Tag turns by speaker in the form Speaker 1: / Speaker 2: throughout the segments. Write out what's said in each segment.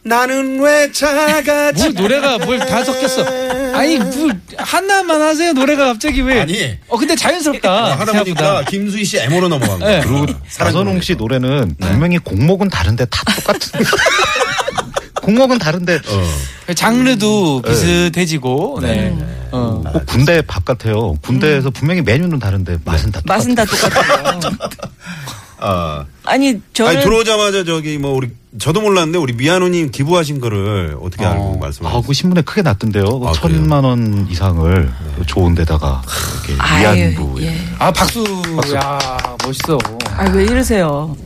Speaker 1: 나는 왜 작아지
Speaker 2: 뭐 노래가 뭘 다 섞였어. 아니 뭐 하나만 하세요 노래가 갑자기 왜?
Speaker 1: 아니. 아,
Speaker 2: 어 근데 자연스럽다.
Speaker 1: 하다 보니까
Speaker 2: 생각보다.
Speaker 1: 김수희 씨 애모로 넘어간 거예요.
Speaker 3: 그리고
Speaker 1: 사랑
Speaker 3: 나선홍 씨 노래는 분명히 곡목은 다른데 다 똑같은. 곡목은 다른데
Speaker 2: 장르도 비슷해지고. 네. 어.
Speaker 3: 꼭 군대 밥 같아요. 군대에서 분명히 메뉴는 다른데 맛은 다 똑같아.
Speaker 4: 맛은 다 똑같아요
Speaker 1: 아.
Speaker 4: 아니 저는
Speaker 1: 아니 들어오자마자 저기 뭐 우리 저도 몰랐는데 우리 미아노님 기부하신 거를 어떻게 알고 말씀하셨어요?
Speaker 3: 아그 신문에 크게 났던데요.
Speaker 1: 아,
Speaker 3: 천만 원 이상을 좋은 데다가
Speaker 4: 아유,
Speaker 3: 이렇게 위안부
Speaker 4: 예.
Speaker 2: 아 박수. 야 멋있어.
Speaker 4: 아 왜 이러세요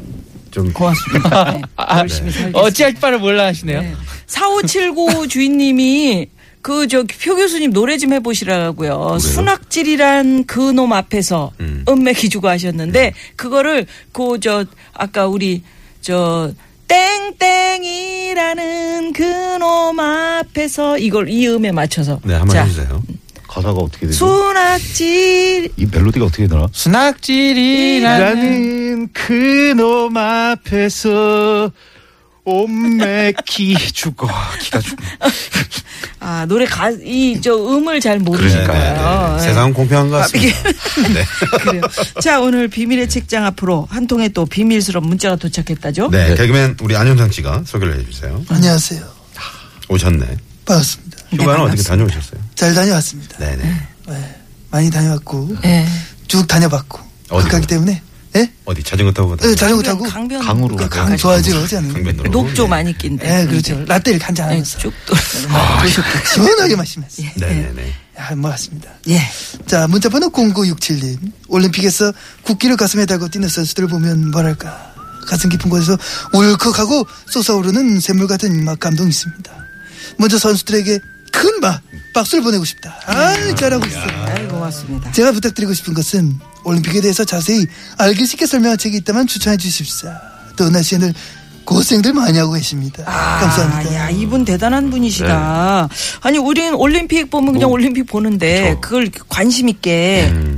Speaker 1: 좀
Speaker 4: 고맙습니다 네.
Speaker 2: 아,
Speaker 4: 열심히 살겠습니다.
Speaker 2: 어찌할 바를 몰라 하시네요. 4579
Speaker 4: 주인님이 그 저 표 교수님 노래 좀 해보시라고요. 순악질이란 그 놈 앞에서 음. 매 기주고
Speaker 1: 네.
Speaker 4: 하셨는데 그거를 그 저 아까 우리 저 땡땡이라는 그 놈 앞에서 이걸 이 음에 맞춰서
Speaker 1: 네 한번 해주세요.
Speaker 3: 가사가 어떻게 되죠?
Speaker 4: 순악질
Speaker 3: 이 멜로디가 어떻게 되나?
Speaker 2: 순악질이라는
Speaker 3: 나는 그놈 앞에서 온맥기 죽어 기가 죽어
Speaker 4: 아 노래 가 이 저 음을 잘 모르니까요. 어, 예,
Speaker 1: 네, 네. 세상은 공평한 것 같습니다.
Speaker 4: 그래요. 자 오늘 비밀의 책장 앞으로 한 통의 또 비밀스러운 문자가 도착했다죠.
Speaker 1: 네 개그맨 우리 안현상 씨가 소개를 해주세요.
Speaker 5: 안녕하세요.
Speaker 1: 오셨네.
Speaker 5: 반갑습니다.
Speaker 1: 휴가는 어떻게
Speaker 4: 반갑습니다.
Speaker 1: 다녀오셨어요?
Speaker 5: 잘 다녀왔습니다.
Speaker 1: 네네.
Speaker 5: 많이 다녀왔고
Speaker 4: 예.
Speaker 5: 쭉 다녀봤고
Speaker 1: 어디로?
Speaker 5: 가깝기 때문에 예?
Speaker 1: 어디 자전거 타고 다.
Speaker 5: 네, 자전거 타고
Speaker 4: 강변
Speaker 3: 강으로
Speaker 5: 그
Speaker 3: 가요.
Speaker 5: 강 좋아하지 어지 않는
Speaker 1: 강변도로. 네.
Speaker 4: 녹조 많이 낀데.
Speaker 5: 예, 그렇죠. 라떼 이렇게 한잔
Speaker 4: 네,
Speaker 5: 하면서
Speaker 4: 쭉 돌아가셨고.
Speaker 5: 시원하게 마시면서 예,
Speaker 1: 네네네.
Speaker 5: 한번 왔습니다.
Speaker 4: 예.
Speaker 5: 자 문자번호 0967님 올림픽에서 국기를 가슴에 달고 뛰는 선수들을 보면 뭐랄까 가슴 깊은 곳에서 울컥하고 솟아오르는 샘물 같은 막 감동이 있습니다. 먼저 선수들에게 큰 막 박수를 보내고 싶다. 아 잘하고 있어.
Speaker 4: 아이 고맙습니다.
Speaker 5: 제가 부탁드리고 싶은 것은 올림픽에 대해서 자세히 알기 쉽게 설명한 책이 있다면 추천해 주십사. 또 날씨에는 고생들 많이 하고 계십니다.
Speaker 4: 아,
Speaker 5: 감사합니다.
Speaker 4: 야, 이분 대단한 분이시다. 아니, 우리는 올림픽 보면 그냥 올림픽 보는데 그걸 관심 있게, 응?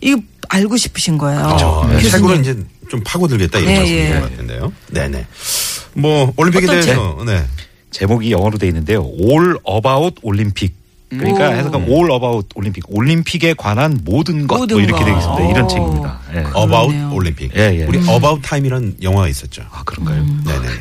Speaker 4: 이거 알고 싶으신 거예요.
Speaker 1: 어, 네.
Speaker 4: 교수님.
Speaker 1: 최고는 이제 좀 파고들겠다 이런
Speaker 4: 네,
Speaker 1: 말씀인
Speaker 4: 예.
Speaker 1: 것 같은데요. 네네. 뭐 올림픽에
Speaker 4: 어떤
Speaker 1: 대해서 네.
Speaker 3: 제목이 영어로 돼 있는데요. All About 올림픽. 그러니까
Speaker 4: 음.
Speaker 3: 해석하 All About 올림픽. 올림픽에 관한 모든 것.
Speaker 4: 모든
Speaker 3: 뭐
Speaker 4: 것.
Speaker 3: 이렇게 되어 있습니다. 이런
Speaker 4: 오.
Speaker 3: 책입니다. 예.
Speaker 1: About 올림픽.
Speaker 3: 예, 예.
Speaker 1: 우리 About Time이라는 영화가 있었죠.
Speaker 3: 아, 그런가요?
Speaker 4: 음.
Speaker 1: 네네네.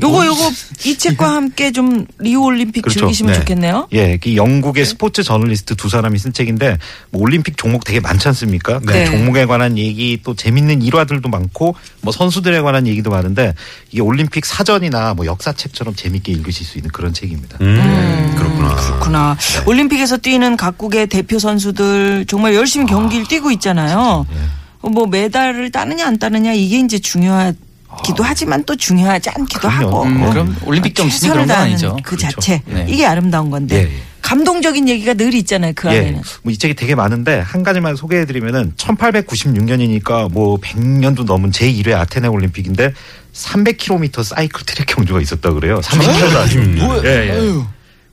Speaker 4: 요거, 요거, 이 책과 함께 좀 리오 올림픽
Speaker 3: 그렇죠.
Speaker 4: 즐기시면
Speaker 1: 네.
Speaker 4: 좋겠네요.
Speaker 3: 예, 그 영국의 스포츠 저널리스트 두 사람이 쓴 책인데 뭐 올림픽 종목 되게 많지 않습니까? 그
Speaker 4: 네.
Speaker 3: 종목에 관한 얘기 또 재밌는 일화들도 많고 뭐 선수들에 관한 얘기도 많은데 이게 올림픽 사전이나 뭐 역사책처럼 재밌게 읽으실 수 있는 그런 책입니다.
Speaker 1: 음, 그렇구나.
Speaker 4: 그렇구나. 올림픽에서 뛰는 각국의 대표 선수들 정말 열심히 경기를 뛰고 있잖아요. 뭐 메달을 따느냐 안 따느냐 이게 이제 중요하기도 하지만 또 중요하지 않기도
Speaker 3: 그럼요.
Speaker 4: 하고. 어,
Speaker 3: 음,
Speaker 2: 음, 그럼 올림픽 점수는
Speaker 4: 최선을
Speaker 2: 그런 건
Speaker 4: 다하는
Speaker 2: 아니죠.
Speaker 4: 그
Speaker 3: 그렇죠.
Speaker 4: 자체
Speaker 2: 네.
Speaker 4: 이게 아름다운 건데
Speaker 3: 예, 예.
Speaker 4: 감동적인 얘기가 늘 있잖아요 그 안에는.
Speaker 3: 뭐이 책이 되게 많은데 한 가지만 소개해드리면은 1896년이니까 뭐 100년도 넘은 제1회 아테네 올림픽인데 300km 사이클 트랙 경주가 있었다 그래요. 30km도 아니고. 예, 예.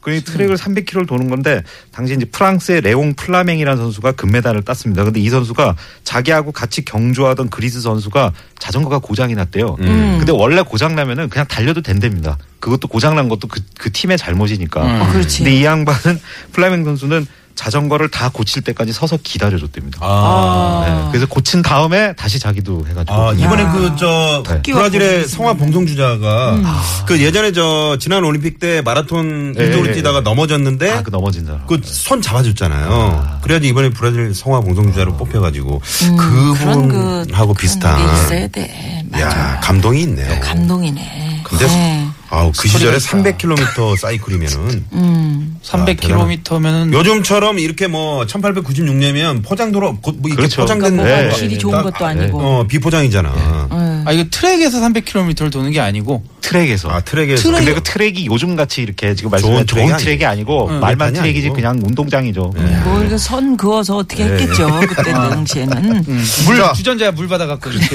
Speaker 3: 그 트랙을 300km를 도는 건데 당시 이제 프랑스의 레옹 플라멩이라는 선수가 금메달을 땄습니다. 근데 이 선수가 자기하고 같이 경주하던 그리스 선수가 자전거가 고장이 났대요.
Speaker 1: 음.
Speaker 3: 근데 원래 고장 나면은 그냥 달려도 된답니다. 그것도 고장 난 것도 그, 그 팀의 잘못이니까.
Speaker 1: 음.
Speaker 4: 어, 그렇지.
Speaker 3: 근데 이 양반은 플라멩 선수는 자전거를 다 고칠 때까지 서서 기다려줬답니다.
Speaker 1: 아,
Speaker 3: 네, 그래서 고친 다음에 다시 자기도 해가지고.
Speaker 1: 아, 이번에 그 저 브라질의 음. 성화 봉송주자가 그 예전에 저 지난 올림픽 때 마라톤
Speaker 3: 예,
Speaker 1: 운동을
Speaker 3: 예,
Speaker 1: 뛰다가
Speaker 3: 예.
Speaker 1: 넘어졌는데
Speaker 3: 아, 그 넘어진 사람.
Speaker 1: 그 손 잡아줬잖아요. 그래야지 이번에 브라질 성화 봉송주자로 뽑혀가지고
Speaker 4: 그런 그
Speaker 1: 그분하고 비슷한
Speaker 4: 그런 게 있어야 돼. 맞아.
Speaker 1: 야 감동이 있네요.
Speaker 4: 감동이네.
Speaker 1: 근데
Speaker 4: 네.
Speaker 1: 아우 그 시절에
Speaker 2: 있다.
Speaker 1: 300km 사이클이면은
Speaker 6: 음.
Speaker 2: 300km면은
Speaker 1: 요즘처럼 이렇게 뭐 1896년이면 포장도로 곧뭐 이렇게
Speaker 3: 그렇죠.
Speaker 1: 포장된
Speaker 3: 그러니까 네.
Speaker 4: 뭐가 질이 좋은 것도 아니고.
Speaker 1: 어 비포장이잖아.
Speaker 2: 아 이거 트랙에서 300km를 도는 게 아니고
Speaker 3: 트랙에서.
Speaker 1: 아 트랙에서
Speaker 3: 근데 그 트랙이 요즘 같이 이렇게
Speaker 1: 좋은
Speaker 3: 지금 말씀하신
Speaker 1: 트랙이
Speaker 3: 좋은, 트랙이 아니고
Speaker 4: 네.
Speaker 3: 네. 말만
Speaker 1: 메탄이
Speaker 3: 트랙이지
Speaker 1: 아니고.
Speaker 3: 그냥 운동장이죠.
Speaker 4: 뭐 이렇게 선 그어서 어떻게 했겠죠 그때 당시에는
Speaker 2: 물
Speaker 1: 자.
Speaker 2: 주전자에 물 받아갖고 이렇게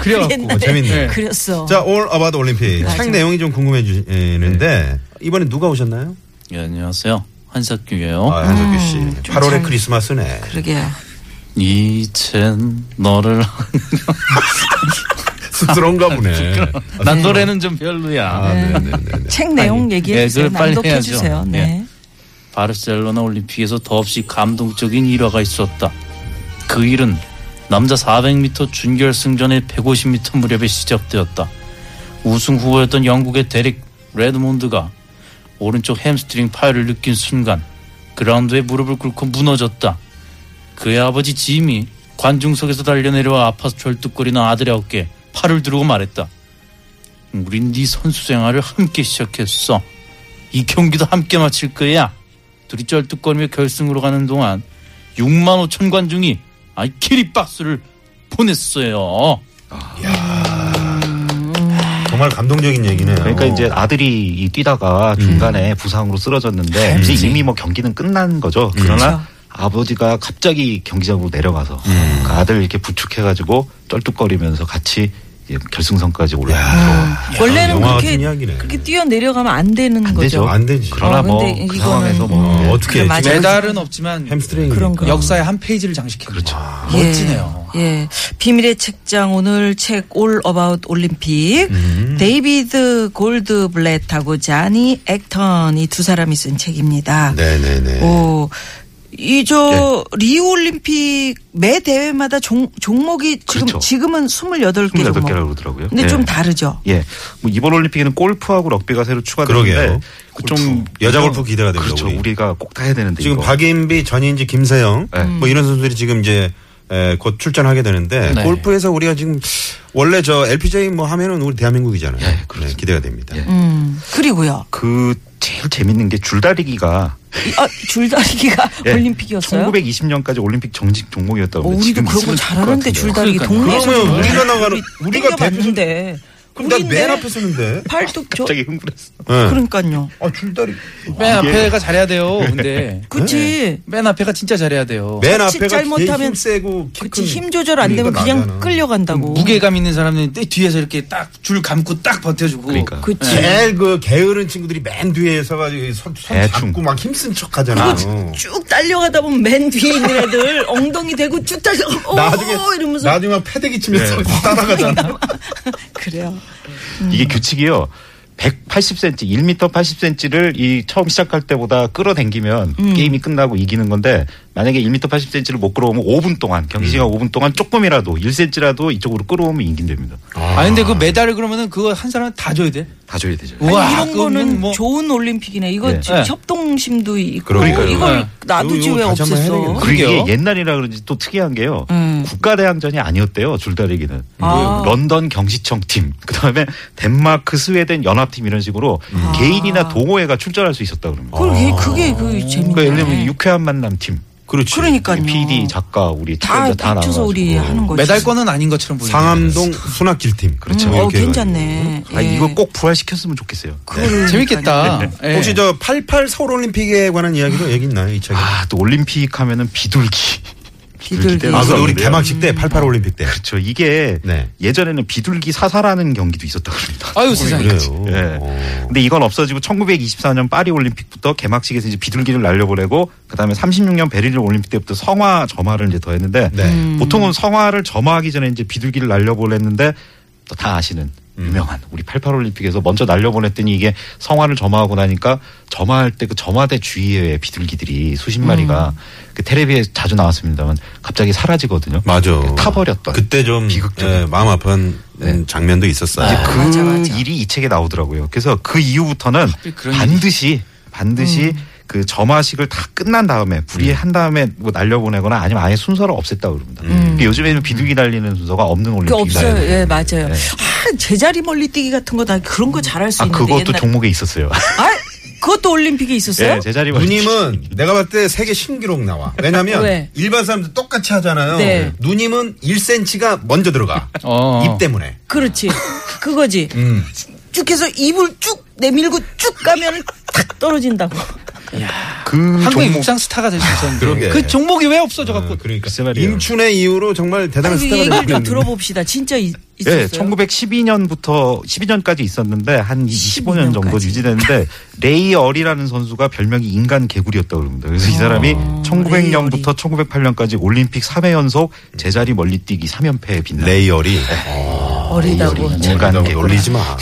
Speaker 2: 그래갖고
Speaker 4: 음.
Speaker 1: 어, 재밌네.
Speaker 2: 네.
Speaker 4: 그랬어.
Speaker 1: 자, 올 어바드 올림픽. 책 내용이 좀 궁금해지는데 이번에 누가 오셨나요?
Speaker 2: 예, 안녕하세요. 한석규예요.
Speaker 1: 아, 한석규 씨. 8월의
Speaker 4: 참-
Speaker 1: 크리스마스네.
Speaker 4: 그러게요.
Speaker 2: 이젠 너를
Speaker 1: 쑥스러운가 보네. 아,
Speaker 2: 난 노래는 좀 별로야.
Speaker 1: 아, 네네네.
Speaker 4: 책 내용
Speaker 2: 아니,
Speaker 4: 얘기해
Speaker 2: 예,
Speaker 4: 주세요.
Speaker 2: 그걸 빨리
Speaker 4: 낭독해
Speaker 2: 해야죠.
Speaker 4: 주세요. 네.
Speaker 2: 예. 바르셀로나 올림픽에서 더없이 감동적인 일화가 있었다. 그 일은 남자 400m 준결승전의 150m 무렵에 시작되었다. 우승 후보였던 영국의 데릭 레드몬드가 오른쪽 햄스트링 파열을 느낀 순간 그라운드에 무릎을 꿇고 무너졌다. 그의 아버지 짐이 관중석에서 달려내려와 아파서 절뚝거리는 아들의 어깨에 팔을 두르고 말했다. 우린 네 선수 생활을 함께 시작했어. 이 경기도 함께 마칠 거야. 둘이 쩔뚝거리며 결승으로 가는 동안 6만 5천 관중이 아이 키리박스를 보냈어요.
Speaker 1: 정말 감동적인 얘기네요.
Speaker 3: 그러니까 이제 아들이 이 뛰다가 중간에 부상으로 쓰러졌는데 이제 이미 뭐 경기는 끝난 거죠. 그러나 아버지가 갑자기 경기장으로 내려가서 그 아들 이렇게 부축해가지고 쩔뚝거리면서 같이 이제 결승선까지 올라가죠.
Speaker 4: 원래는
Speaker 1: 영화
Speaker 4: 그렇게
Speaker 1: 같은 이야기네.
Speaker 4: 그렇게 뛰어 내려가면 안 되는 거죠.
Speaker 3: 안
Speaker 4: 그러니까
Speaker 3: 되죠.
Speaker 1: 안 되지.
Speaker 3: 그러나
Speaker 4: 어,
Speaker 3: 뭐
Speaker 4: 근데
Speaker 3: 그
Speaker 4: 이거는-
Speaker 3: 상황에서 뭐
Speaker 1: 어, 어떻게
Speaker 4: 그래,
Speaker 1: 해?
Speaker 4: 맞아.
Speaker 1: 지금
Speaker 2: 메달은 없지만
Speaker 1: 햄스트링.
Speaker 4: 그런 거.
Speaker 2: 역사의 한 페이지를 장식해 그렇죠.
Speaker 4: 예.
Speaker 2: 멋지네요.
Speaker 4: 예. 비밀의 책장 오늘 책 올 어바웃 올림픽
Speaker 3: 음.
Speaker 4: 데이비드 골드블렛하고 자니 액턴 이 두 사람이 쓴 책입니다.
Speaker 1: 네네네.
Speaker 4: 오. 이 저
Speaker 3: 예.
Speaker 4: 리우 올림픽 매 대회마다 종, 종목이 지금
Speaker 3: 그렇죠.
Speaker 4: 지금은 28개
Speaker 3: 28
Speaker 4: 종목.
Speaker 3: 개라고 그러더라고요.
Speaker 4: 근데
Speaker 3: 예.
Speaker 4: 좀 다르죠.
Speaker 3: 예. 뭐 이번 올림픽에는 골프하고 럭비가 새로
Speaker 1: 그러게요.
Speaker 3: 추가되는데 그좀
Speaker 1: 여자 골프 기대가 됩니다,
Speaker 3: 그렇죠.
Speaker 1: 우리.
Speaker 3: 우리. 가 꼭 다 해야 되는데
Speaker 1: 지금
Speaker 3: 이거.
Speaker 1: 박인비, 전인지, 김세영
Speaker 3: 네.
Speaker 1: 뭐 이런 선수들이 지금 이제 에, 곧 출전하게 되는데
Speaker 2: 네.
Speaker 1: 골프에서 우리가 지금 원래 저 LPGA 뭐 하면은 우리 대한민국이잖아요.
Speaker 3: 예,
Speaker 1: 네,
Speaker 3: 그렇습니다.
Speaker 1: 기대가 됩니다.
Speaker 3: 예.
Speaker 4: 음. 그리고요.
Speaker 3: 그 제일 재밌는 게 줄다리기가
Speaker 4: 이- 아, 줄다리기가
Speaker 3: 예.
Speaker 4: 올림픽이었어요?
Speaker 3: 1920년까지 올림픽 정식 종목이었다고
Speaker 4: 어,
Speaker 3: 그러는데
Speaker 4: 우리도
Speaker 3: 지금
Speaker 4: 그런 거
Speaker 3: 있으면 좋을 것
Speaker 4: 잘하는데
Speaker 3: 같은데요.
Speaker 4: 줄다리기
Speaker 2: 그러니까요.
Speaker 4: 동네에서
Speaker 1: 그러면
Speaker 4: 정말
Speaker 1: 우리가 나가는-
Speaker 4: 우리
Speaker 1: 우리가 대표선-
Speaker 4: 땡겨봤는데
Speaker 1: 그럼 나
Speaker 4: 우린데.
Speaker 1: 맨 앞에 서는데.
Speaker 4: 팔뚝 저
Speaker 3: 갑자기 흥분했어.
Speaker 4: 그러니까요.
Speaker 1: 아 줄다리.
Speaker 6: 맨 앞에가 잘해야 돼요. 근데
Speaker 4: 그치.
Speaker 6: 맨 앞에가 진짜 잘해야 돼요.
Speaker 1: 네. 맨
Speaker 4: 자칫
Speaker 1: 앞에가
Speaker 4: 잘못하면
Speaker 1: 잘못하면 세고 키
Speaker 4: 그치
Speaker 1: 큰-
Speaker 4: 힘 조절 안 되면
Speaker 1: 그러니까
Speaker 4: 그냥
Speaker 1: 나가는.
Speaker 4: 끌려간다고.
Speaker 6: 무게감 있는 사람들은 때 뒤에서 이렇게 딱 줄 감고 딱 버텨주고.
Speaker 3: 그러니까.
Speaker 4: 그치.
Speaker 1: 제일 그 게으른 친구들이 맨 뒤에 서가지고 손, 손
Speaker 3: 대충.
Speaker 1: 잡고 막 힘쓴 척 하잖아. 어.
Speaker 4: 쭉 달려가다 보면 맨 뒤에 있는 애들 엉덩이 대고 쭉 달려가. 오
Speaker 1: 나중에
Speaker 4: 이러면서
Speaker 1: 나중에 막 패대기 치면서
Speaker 3: 네.
Speaker 1: 따라가잖아.
Speaker 4: 그래요. 음.
Speaker 3: 이게 규칙이요. 180cm, 1m 80cm를 이 처음 시작할 때보다 끌어당기면
Speaker 4: 음.
Speaker 3: 게임이 끝나고 이기는 건데 만약에 1m 80cm를 못 끌어오면 5분 동안
Speaker 1: 음.
Speaker 3: 경기 시간 5분 동안 조금이라도 1cm라도 이쪽으로 끌어오면 이긴답니다.
Speaker 6: 아 근데 그 메달을 그러면은 그거 한 사람 다 줘야 돼.
Speaker 3: 다 줘야 되죠.
Speaker 4: 아니,
Speaker 6: 우와,
Speaker 4: 이런
Speaker 6: 그건
Speaker 4: 거는
Speaker 6: 뭐-
Speaker 4: 좋은 올림픽이네. 이거
Speaker 3: 네.
Speaker 4: 지금
Speaker 6: 네.
Speaker 4: 협동심도 있고
Speaker 1: 그러니까요.
Speaker 4: 이걸
Speaker 6: 네.
Speaker 4: 놔두지
Speaker 1: 이거
Speaker 4: 왜
Speaker 1: 다시 한번 해야
Speaker 4: 없앴어?
Speaker 1: 되겠네.
Speaker 3: 그리고
Speaker 6: 그러게요.
Speaker 3: 이게 옛날이라 그런지 또 특이한 게요. 국가대항전이 아니었대요. 줄다리기는.
Speaker 4: 음. 아.
Speaker 3: 런던 경시청 팀, 그다음에 덴마크, 스웨덴 연합팀 이런 식으로
Speaker 4: 음. 아.
Speaker 3: 개인이나 동호회가 출전할 수 있었다 그럽니다.
Speaker 4: 그게 그게 그 재밌네.
Speaker 3: 그러니까 예를 들면 유쾌한 만남 팀.
Speaker 1: 그렇지.
Speaker 4: 그러니까요.
Speaker 3: PD, 작가, 우리
Speaker 4: 다
Speaker 3: 출연자 다
Speaker 4: 합쳐서
Speaker 3: 나와서
Speaker 4: 우리 하는 거지. 음,
Speaker 6: 메달권은 아닌 것처럼 보이네.
Speaker 3: 음.
Speaker 1: 상암동 순학길팀. 그렇죠.
Speaker 4: 어 괜찮네.
Speaker 3: 아,
Speaker 4: 예.
Speaker 3: 이거 꼭 부활시켰으면 좋겠어요. 네.
Speaker 4: 그러니까요.
Speaker 6: 재밌겠다. 예.
Speaker 1: 혹시 저 88 서울 올림픽에 관한 이야기도 얘기 있나요, 이 책에? 아,
Speaker 3: 아, 또 올림픽 하면은 비둘기.
Speaker 4: 비둘기.
Speaker 3: 때문에
Speaker 4: 아,
Speaker 1: 근데 우리
Speaker 3: 그러는데요.
Speaker 1: 개막식 때 88 올림픽 때.
Speaker 3: 그렇죠. 이게
Speaker 1: 네.
Speaker 3: 예전에는 비둘기 사살하는 경기도 있었다고 합니다.
Speaker 6: 아유 세상에.
Speaker 1: 그래요.
Speaker 3: 예.
Speaker 1: 어.
Speaker 3: 근데 이건 없어지고 1924년 파리 올림픽부터 개막식에서 이제 비둘기를 날려보내고 그다음에 36년 베를린 올림픽 때부터 성화 점화를 이제 더했는데
Speaker 1: 네.
Speaker 3: 보통은 성화를 점화하기 전에 이제 비둘기를 날려보냈는데 또 다 아시는
Speaker 1: 음.
Speaker 3: 유명한 우리 88 올림픽에서 먼저 날려보냈더니 이게 성화를 점화하고 나니까 점화할 때 그 점화대 주위에 비둘기들이 수십 마리가 그 텔레비에 자주 나왔습니다만 갑자기 사라지거든요.
Speaker 1: 맞아.
Speaker 3: 타버렸던.
Speaker 1: 그때 좀
Speaker 3: 비극적인.
Speaker 1: 예, 마음 아픈 음, 장면도 있었어요.
Speaker 3: 그
Speaker 4: 네. 맞아, 맞아.
Speaker 3: 일이 이 책에 나오더라고요. 그래서 그 이후부터는
Speaker 6: 그런
Speaker 3: 반드시 반드시
Speaker 4: 음.
Speaker 3: 그 점화식을 다 끝난 다음에 불이한 다음에 뭐 날려보내거나 아니면 아예 순서를 없앴다고 그럽니다. 근데 요즘에는 비둘기 날리는 순서가 없는
Speaker 4: 그 없어요.
Speaker 3: 올림픽이에요.
Speaker 4: 예, 맞아요. 아, 제자리 멀리뛰기 같은 거 다 그런 거 잘할 수
Speaker 3: 아
Speaker 4: 있는데
Speaker 3: 그것도
Speaker 4: 옛날에.
Speaker 3: 종목에 있었어요.
Speaker 4: 아, 그것도 올림픽에 있었어요?
Speaker 3: 예, 제자리
Speaker 1: 누님은
Speaker 3: 그
Speaker 1: 내가 봤을 때 세계 신기록 나와. 왜냐면
Speaker 4: 왜?
Speaker 1: 일반 사람들 똑같이 하잖아요.
Speaker 4: 네.
Speaker 1: 누님은 1cm가 먼저 들어가.
Speaker 6: 어.
Speaker 1: 입 때문에.
Speaker 4: 그렇지. 그거지. 쭉 해서 입을 쭉 내밀고 쭉 가면 탁 떨어진다고.
Speaker 3: 그
Speaker 6: 한국의
Speaker 3: 종목
Speaker 6: 육상 스타가 될 수 있었는데.
Speaker 1: 그러게.
Speaker 6: 음, 그 종목이 왜 없어져갖고.
Speaker 1: 어, 그러니까
Speaker 3: 글쎄 말이에요.
Speaker 1: 임춘의 이후로 정말 대단한
Speaker 4: 그
Speaker 1: 스타가
Speaker 4: 얘기를 좀
Speaker 1: 됐는데.
Speaker 4: 들어봅시다. 진짜 이- 있었어요.
Speaker 3: 예, 1912년부터 12년까지 있었는데 한 25년 정도
Speaker 4: 12년까지.
Speaker 3: 유지됐는데 레이 어리라는 선수가 별명이 인간 개구리였다고 합니다. 그래서 이 사람이
Speaker 4: 아,
Speaker 3: 1900년부터 1908년까지 올림픽 3회 연속 제자리 멀리뛰기 3연패에 빛나.
Speaker 1: 레이어리.
Speaker 3: 네.
Speaker 4: 어리다고.
Speaker 3: 인간
Speaker 1: 리
Speaker 3: 개구리.
Speaker 1: 올리지 마.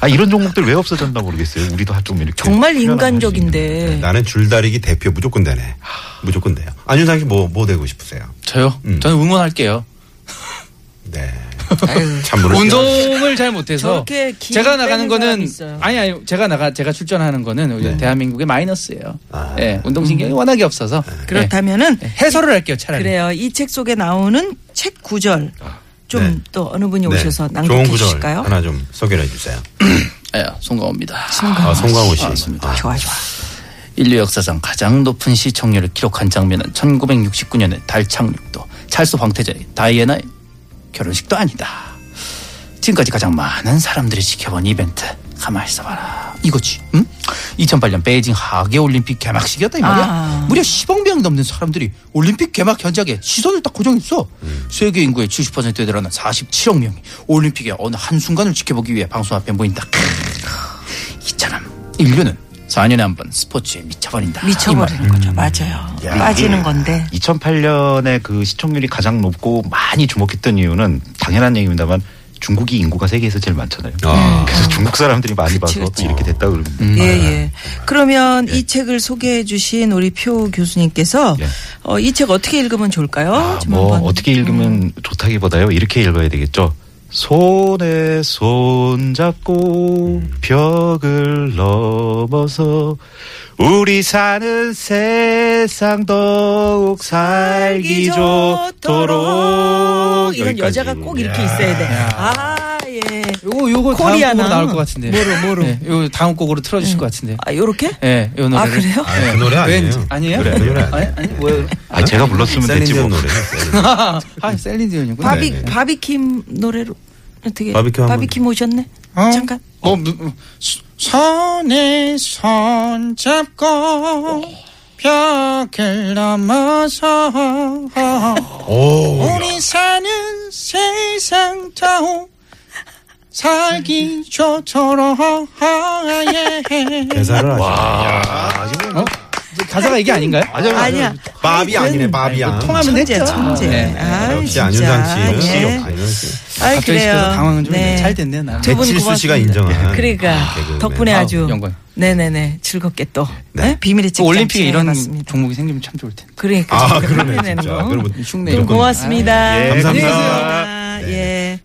Speaker 3: 아 이런 종목들 왜 없어졌나 모르겠어요. 우리도 좀 이렇게
Speaker 4: 정말
Speaker 3: 표현하고 할수 있는.
Speaker 4: 인간적인데.
Speaker 1: 나는 줄다리기 대표 무조건 되네. 무조건 돼요. 안윤상 씨 뭐, 뭐 되고 싶으세요?
Speaker 6: 저요?
Speaker 1: 음.
Speaker 6: 저는 응원할게요.
Speaker 1: 네. 참 모르겠어요.
Speaker 6: 운동을 잘 못해서
Speaker 4: 저렇게 긴
Speaker 6: 제가
Speaker 4: 빼는
Speaker 6: 나가는
Speaker 4: 사람이
Speaker 6: 거는
Speaker 4: 있어요.
Speaker 6: 아니 아니 제가 나가 제가 출전하는 거는 우리 대한민국의 마이너스예요.
Speaker 1: 아.
Speaker 6: 예, 운동 신경이 워낙에 없어서
Speaker 3: 네.
Speaker 4: 그렇다면은
Speaker 6: 예, 해설을 할게요 차라리.
Speaker 4: 그래요. 이 책 속에 나오는 책 구절
Speaker 3: 아,
Speaker 4: 좀
Speaker 1: 네.
Speaker 4: 또 어느 분이
Speaker 1: 네.
Speaker 4: 오셔서
Speaker 1: 좋은
Speaker 4: 낭독해
Speaker 1: 구절
Speaker 4: 주실까요?
Speaker 1: 하나 좀 소개를 해주세요.
Speaker 2: 예, 송강호입니다.
Speaker 1: 아, 송강호 씨.
Speaker 2: 맞습니다.
Speaker 1: 아,
Speaker 4: 좋아 좋아.
Speaker 2: 인류 역사상 가장 높은 시청률을 기록한 장면은 1969년의 달 착륙도 찰스 황태자의 다이애나의 결혼식도 아니다. 지금까지 가장 많은 사람들이 지켜본 이벤트 가만 있어봐라 이거지 응? 2008년 베이징 하계올림픽 개막식이었다 이 말이야
Speaker 4: 아.
Speaker 2: 무려 10억 명이 넘는 사람들이 올림픽 개막 현장에 시선을 딱 고정했어 세계 인구의 70%에 달하는 47억 명이 올림픽의 어느 한순간을 지켜보기 위해 방송 앞에 모인다 크. 이처럼 인류는 4년에 한 번 스포츠에
Speaker 3: 아,
Speaker 2: 미쳐버린다.
Speaker 4: 미쳐버리는 거죠. 맞아요.
Speaker 3: 음.
Speaker 4: 빠지는 건데.
Speaker 3: 2008년에 그 시청률이 가장 높고 많이 주목했던 이유는 당연한 얘기입니다만 중국이 인구가 세계에서 제일 많잖아요.
Speaker 1: 아.
Speaker 3: 그래서 중국 사람들이 많이
Speaker 4: 그치,
Speaker 3: 봐서
Speaker 4: 그치.
Speaker 3: 이렇게 됐다 그러면
Speaker 4: 예, 예. 그러면
Speaker 3: 네.
Speaker 4: 이 책을 소개해 주신 우리 표 교수님께서
Speaker 3: 예.
Speaker 4: 어, 이 책 어떻게 읽으면 좋을까요? 좀
Speaker 3: 뭐
Speaker 4: 한번. 음.
Speaker 3: 어떻게 읽으면 좋다기보다요 이렇게 읽어야 되겠죠. 손에 손 잡고 벽을 넘어서 우리 사는 세상 더욱 살기 좋도록
Speaker 4: 이런 여자가 꼭 이렇게 있어야 돼. 아, 예.
Speaker 6: 요거 요거 다음
Speaker 4: 코리아나.
Speaker 6: 곡으로 나올 것 같은데.
Speaker 4: 뭐로, 뭐로?
Speaker 6: 예, 요 다음 곡으로 틀어주실 것 같은데.
Speaker 4: 아, 요렇게?
Speaker 1: 네,
Speaker 6: 예, 요 노래.
Speaker 4: 아, 그래요?
Speaker 1: 아, 그 노래 아니에요.
Speaker 6: 왠지 아니에요?
Speaker 1: 그래, 그 노래 아니에요.
Speaker 6: 아니 아니 뭐예요?
Speaker 3: 아 제가 불렀으면 됐지
Speaker 1: 셀린디언
Speaker 3: 뭐.
Speaker 1: 노래.
Speaker 6: 아 셀린디언이구나.
Speaker 4: 바비, 바비킴 노래로. 어떻게
Speaker 1: 네. 바비큐 한번.
Speaker 4: 바비큐 모셨네.
Speaker 6: 어?
Speaker 4: 잠깐.
Speaker 6: 어, 무- 어, 수- 손에 손 잡고 벽을 넘어서 우리 사는 세상 타오 살기 좋도록 예.
Speaker 1: 대사를 하시.
Speaker 6: 어? 가사가 이게 아닌가요?
Speaker 3: 아니요, 아니요.
Speaker 4: 아니야.
Speaker 1: 바비 아니네 바비야.
Speaker 6: 통하면 됐죠.
Speaker 4: 천재.
Speaker 6: 네.
Speaker 4: 아,
Speaker 1: 역시
Speaker 4: 진짜.
Speaker 1: 안윤상 씨.
Speaker 4: 예.
Speaker 1: 역시 안윤상 씨.
Speaker 4: 아이,
Speaker 6: 갑자기
Speaker 4: 그래요.
Speaker 6: 시켜서 당황은 좀
Speaker 4: 네.
Speaker 6: 했는데 잘 됐네 나.
Speaker 4: 두분
Speaker 1: 배칠수 씨가
Speaker 4: 고맙습니다.
Speaker 1: 인정한.
Speaker 4: 그러니까
Speaker 1: 개그맨.
Speaker 4: 덕분에
Speaker 1: 아우,
Speaker 4: 아주
Speaker 6: 영광.
Speaker 4: 네네네 즐겁게 또
Speaker 1: 네.
Speaker 4: 네? 비밀의
Speaker 6: 또
Speaker 4: 직장
Speaker 6: 올림픽에 이런
Speaker 4: 진행해봤습니다.
Speaker 6: 종목이 생기면 참 좋을 텐데.
Speaker 4: 그러니까
Speaker 1: 아
Speaker 4: 좀
Speaker 1: 그러네
Speaker 4: 끝내는
Speaker 1: 진짜.
Speaker 4: 거.
Speaker 1: 그러면
Speaker 4: 좀
Speaker 6: 흉내. 이런 거.
Speaker 4: 고맙습니다.
Speaker 3: 예,
Speaker 4: 감사합니다.
Speaker 1: 네.
Speaker 4: 예.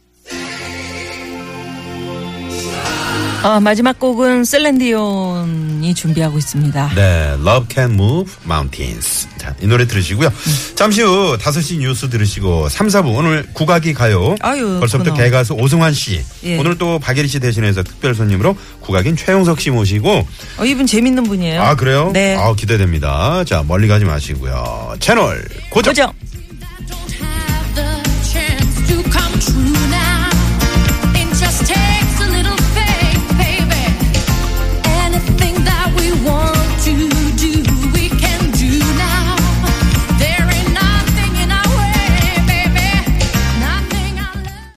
Speaker 4: 어, 마지막 곡은 셀렌디온이 준비하고 있습니다.
Speaker 1: 네, Love Can Move Mountains. 자, 이 노래 들으시고요. 잠시 후 5시 뉴스 들으시고 3, 4부 오늘 국악이 가요.
Speaker 4: 아유,
Speaker 1: 벌써부터
Speaker 4: 그렇구나.
Speaker 1: 개가수 오승환 씨.
Speaker 4: 예.
Speaker 1: 오늘 또 박예리 씨 대신해서 특별 손님으로 국악인 최용석 씨 모시고
Speaker 4: 어, 이분 재밌는 분이에요.
Speaker 1: 아, 그래요?
Speaker 4: 네.
Speaker 1: 아, 기대됩니다. 자, 멀리 가지 마시고요. 채널 고정.
Speaker 4: 고정.
Speaker 7: I don't have the chance to come true.